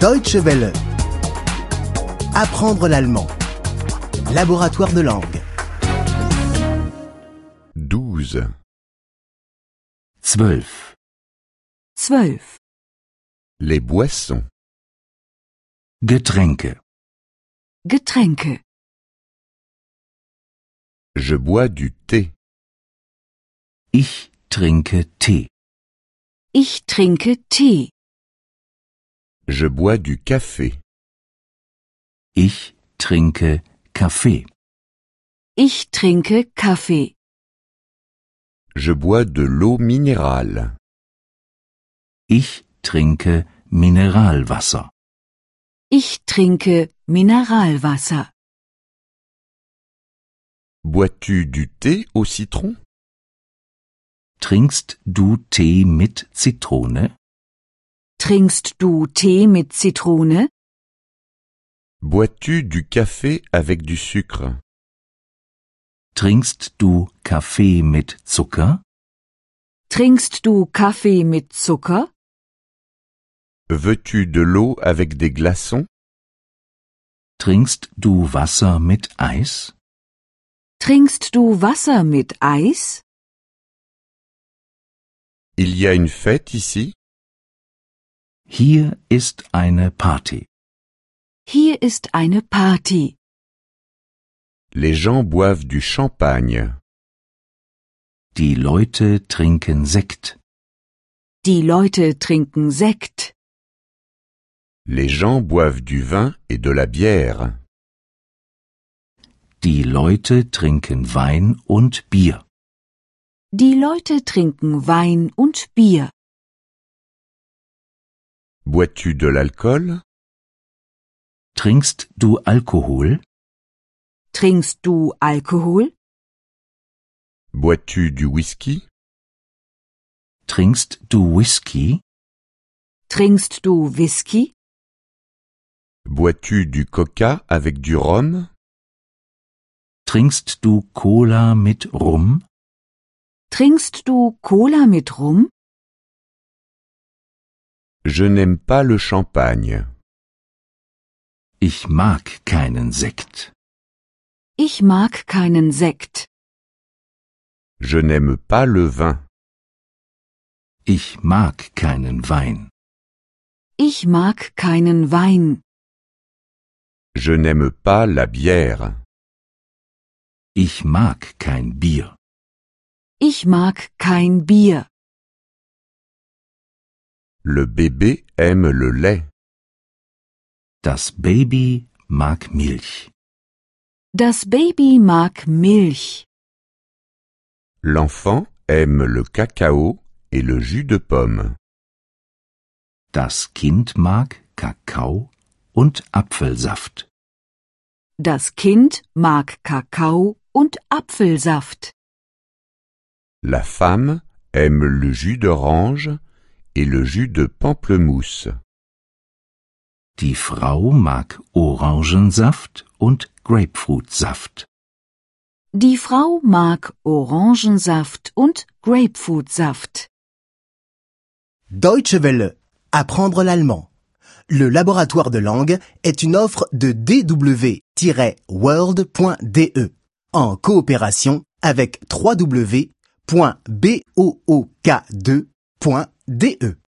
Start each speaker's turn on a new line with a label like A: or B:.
A: Deutsche Welle. Apprendre l'allemand. Laboratoire de langue.
B: 12.
C: Zwölf.
D: 12.
B: Les boissons.
C: Getränke.
D: Getränke.
B: Je bois du thé.
C: Ich trinke Tee.
D: Ich trinke Tee.
B: Je bois du café.
C: Ich trinke Kaffee.
D: Ich trinke Kaffee.
B: Je bois de l'eau minérale.
C: Ich trinke Mineralwasser.
D: Ich trinke Mineralwasser.
B: Bois-tu du thé au citron
C: Trinkst du Tee mit Zitrone?
D: Trinkst du Tee mit Zitrone?
B: Bois-tu du café avec du sucre
C: Trinkst du Kaffee mit Zucker?
D: Trinkst du Kaffee mit Zucker?
B: Veux-tu de l'eau avec des glaçons
C: Trinkst du Wasser mit Eis?
D: Trinkst du Wasser mit Eis?
B: Il y a une fête ici
C: Hier ist eine Party.
D: Hier ist eine Party.
B: Les gens boivent du champagne.
C: Die Leute trinken Sekt.
D: Die Leute trinken Sekt.
B: Les gens boivent du vin et de la bière.
C: Die Leute trinken Wein und Bier.
D: Die Leute trinken Wein und Bier.
B: Bois-tu de l'alcool
C: Trinkst du Alkohol?
D: Trinkst du Alkohol?
B: Bois-tu du whisky
C: Trinkst du Whisky?
D: Trinkst du Whisky?
B: Bois-tu du coca avec du rhum
C: Trinkst du Cola mit Rum?
D: Trinkst du Cola mit Rum?
B: Je n'aime pas le champagne.
C: Ich mag keinen Sekt.
D: Ich mag keinen Sekt.
B: Je n'aime pas le vin.
C: Ich mag keinen Wein.
D: Ich mag keinen Wein.
B: Je n'aime pas la bière.
C: Ich mag kein Bier.
D: Ich mag kein Bier.
B: Le bébé aime le lait.
C: Das Baby mag Milch.
D: Das Baby mag Milch.
B: L'enfant aime le cacao et le jus de pomme.
C: Das Kind mag Kakao und Apfelsaft.
D: Das Kind mag Kakao und Apfelsaft.
B: La femme aime le jus d'orange et le jus de pamplemousse.
C: Die Frau mag Orangensaft und Grapefruitsaft.
D: Die Frau mag Orangensaft und Grapefruitsaft.
A: Deutsche Welle. Apprendre l'allemand. Le laboratoire de langue est une offre de dw-world.de E en coopération avec www.book2.de.